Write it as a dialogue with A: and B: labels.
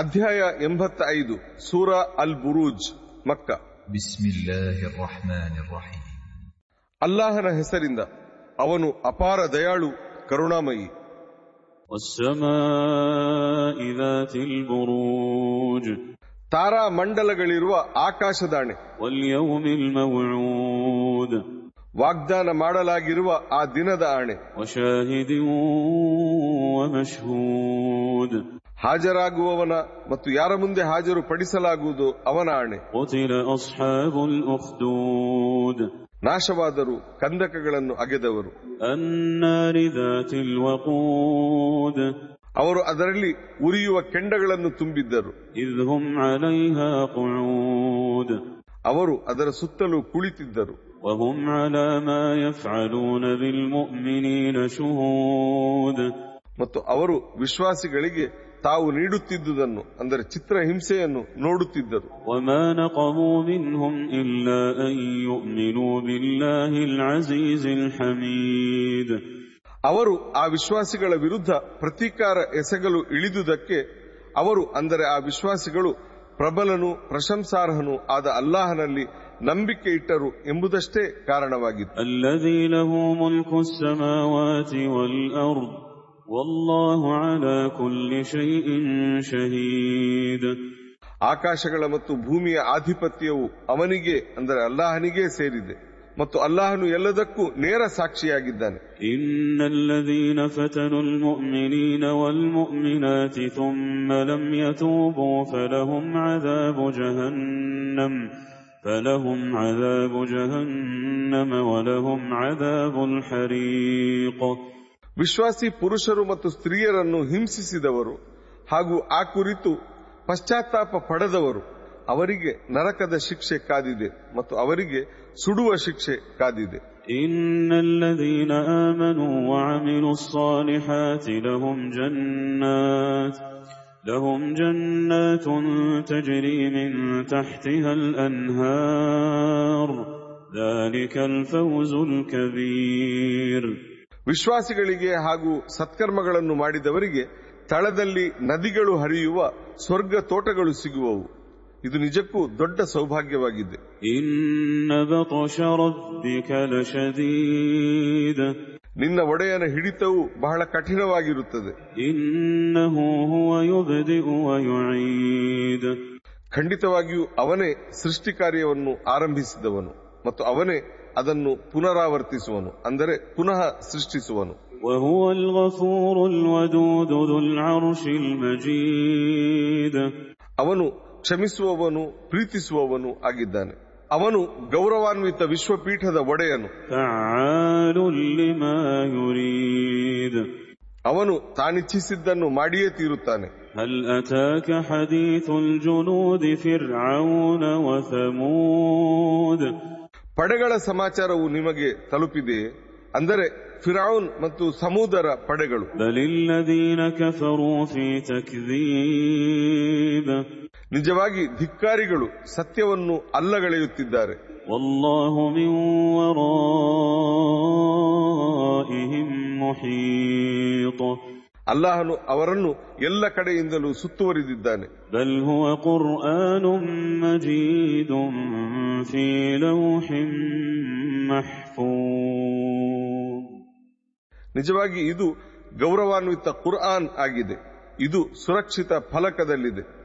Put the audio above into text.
A: ಅಧ್ಯಾಯ ಎಂಬತ್ತೈದು ಸೂರ ಅಲ್ ಬುರೂಜ್ ಮಕ್ಕ
B: بسم الله الرحمن الرحيم
A: ಅಲ್ಲಾಹನ ಹೆಸರಿಂದ ಅವನು ಅಪಾರ ದಯಾಳು ಕರುಣಾಮಯಿ
C: والسماء ذات البروج
A: ತಾರಾ ಮಂಡಲಗಳಿರುವ ಆಕಾಶದಾಣೆ
C: واليوم الموعود
A: ವಾಗ್ದಾನ ಮಾಡಲಾಗಿರುವ ಆ ದಿನದ ಆಣೆ
C: وشاهد ومشهود
A: ಹಾಜರಾಗುವವನ ಮತ್ತು ಯಾರ ಮುಂದೆ ಹಾಜರು ಪಡಿಸಲಾಗುವುದು ಅವನ ಆಣೆ
C: قتل أصحاب الأخدود
A: ನಾಶವಾದರು ಕಂದಕಗಳನ್ನು ಅಗೆದವರು
C: النار ذات الوقود
A: ಅವರು ಅದರಲ್ಲಿ ಉರಿಯುವ ಕೆಂಡಗಳನ್ನು ತುಂಬಿದ್ದರು
C: إذ هم عليها قعود
A: ಅವರು ಅದರ ಸುತ್ತಲೂ ಕುಳಿತಿದ್ದರು
C: وهم على ما يفعلون بالمؤمنين شهود
A: ಮತ್ತು ಅವರು ವಿಶ್ವಾಸಿಗಳಿಗೆ ತಾವು ನೀಡುತ್ತಿದ್ದುದನ್ನು ಅಂದರೆ ಚಿತ್ರಹಿಂಸೆಯನ್ನು ನೋಡುತ್ತಿದ್ದರು
C: وما نقموا منهم إلا أن يؤمنوا بالله العزيز الحميد
A: ಅವರು ಆ ವಿಶ್ವಾಸಿಗಳ ವಿರುದ್ಧ ಪ್ರತೀಕಾರ ಎಸಗಲು ಇಳಿದುದಕ್ಕೆ ಅವರು ಅಂದರೆ ಆ ವಿಶ್ವಾಸಿಗಳು ಪ್ರಬಲನು ಪ್ರಶಂಸಾರ್ಹನು ಆದ ಅಲ್ಲಾಹನಲ್ಲಿ ನಂಬಿಕೆ ಇಟ್ಟರು ಎಂಬುದಷ್ಟೇ ಕಾರಣವಾಗಿತ್ತು
C: الذي له ملك السماوات والأرض والله على كل شيء شهيد
A: ಆಕಾಶಗಳ ಮತ್ತು ಭೂಮಿಯ ಆಧಿಪತ್ಯವು ಅವನಿಗೆ ಅಂದರೆ ಅಲ್ಲಾಹನಿಗೇ ಸೇರಿದೆ ಮತ್ತು ಅಲ್ಲಾಹನು ಎಲ್ಲದಕ್ಕೂ ನೇರ ಸಾಕ್ಷಿಯಾಗಿದ್ದಾನೆ
C: إن الذين فتنوا المؤمنين والمؤمنات ثم لم يتوبوا فلهم عذاب جهنم فلهم عذاب جهنم ولهم عذاب الحريق
A: ವಿಶ್ವಾಸಿ ಪುರುಷರು ಮತ್ತು ಸ್ತ್ರೀಯರನ್ನು ಹಿಂಸಿಸಿದವರು ಹಾಗೂ ಆ ಕುರಿತು ಪಶ್ಚಾತ್ತಾಪ ಪಡೆದವರು ಅವರಿಗೆ ನರಕದ ಶಿಕ್ಷೆ ಕಾದಿದೆ ಮತ್ತು ಅವರಿಗೆ ಸುಡುವ ಶಿಕ್ಷೆ ಕಾದಿದೆ
C: إن الذين آمنوا وعملوا الصالحات لهم جنات لهم جنات تجري من تحتها الأنهار ذلك الفوز الكبير
A: ವಿಶ್ವಾಸಿಗಳಿಗೆ ಹಾಗೂ ಸತ್ಕರ್ಮಗಳನ್ನು ಮಾಡಿದವರಿಗೆ ತಳದಲ್ಲಿ ನದಿಗಳು ಹರಿಯುವ ಸ್ವರ್ಗ ತೋಟಗಳು ಸಿಗುವವು ಇದು ನಿಜಕ್ಕೂ ದೊಡ್ಡ ಸೌಭಾಗ್ಯವಾಗಿದೆ
C: إن بطش ربك لشديد
A: ನಿನ್ನ ಒಡೆಯನ ಹಿಡಿತವು ಬಹಳ ಕಠಿಣವಾಗಿರುತ್ತದೆ
C: إنه هو يبدئ ويعيد
A: ಖಂಡಿತವಾಗಿಯೂ ಅವನೇ ಸೃಷ್ಟಿ ಕಾರ್ಯವನ್ನು ಆರಂಭಿಸಿದವನು ಮತ್ತು ಅವನೇ ಅದನ್ನು ಪುನರಾವರ್ತಿಸುವನು ಅಂದರೆ ಪುನಃ ಸೃಷ್ಟಿಸುವನು
C: وهو الغفور الودود ذو العرش المجيد
A: ಅವನು ಕ್ಷಮಿಸುವವನು ಪ್ರೀತಿಸುವವನು ಆಗಿದ್ದಾನೆ ಅವನು ಗೌರವಾನ್ವಿತ ವಿಶ್ವಪೀಠದ ಒಡೆಯನು
C: فعال لما يريد
A: ಅವನು ತಾನಿಚ್ಛಿಸಿದ್ದನ್ನು ಮಾಡಿಯೇ ತೀರುತ್ತಾನೆ
C: هل أتاك حديث الجنود فرعون وثمود
A: ಪಡೆಗಳ ಸಮಾಚಾರವು ನಿಮಗೆ ತಲುಪಿದೆಯೇ ಅಂದರೆ ಫಿರಾউನ್ ಮತ್ತು ಸಮುದರ ಪಡೆಗಳು
C: بل الذين كفروا في تكذيب
A: ನಿಜವಾಗಿ ಧಿಕ್ಕಾರಿಗಳು ಸತ್ಯವನ್ನು ಅಲ್ಲಗಳೆಯುತ್ತಿದ್ದಾರೆ
C: والله من ورائهم محيط
A: ಅಲ್ಲಾಹನು ಅವರನ್ನು ಎಲ್ಲ ಕಡೆಯಿಂದಲೂ ಸುತ್ತುವರಿದಿದ್ದಾನೆ
C: بل هو قرآن مجيد في ಲೋಹ محفوظ
A: ನಿಜವಾಗಿ ಇದು ಗೌರವಾನ್ವಿತ ಕುರ್ಆನ್ ಆಗಿದೆ ಇದು ಸುರಕ್ಷಿತ ಫಲಕದಲ್ಲಿದೆ